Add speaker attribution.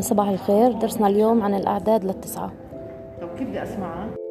Speaker 1: صباح الخير درسنا اليوم عن الأعداد للتسعة
Speaker 2: طب كيف بدي اسمعها؟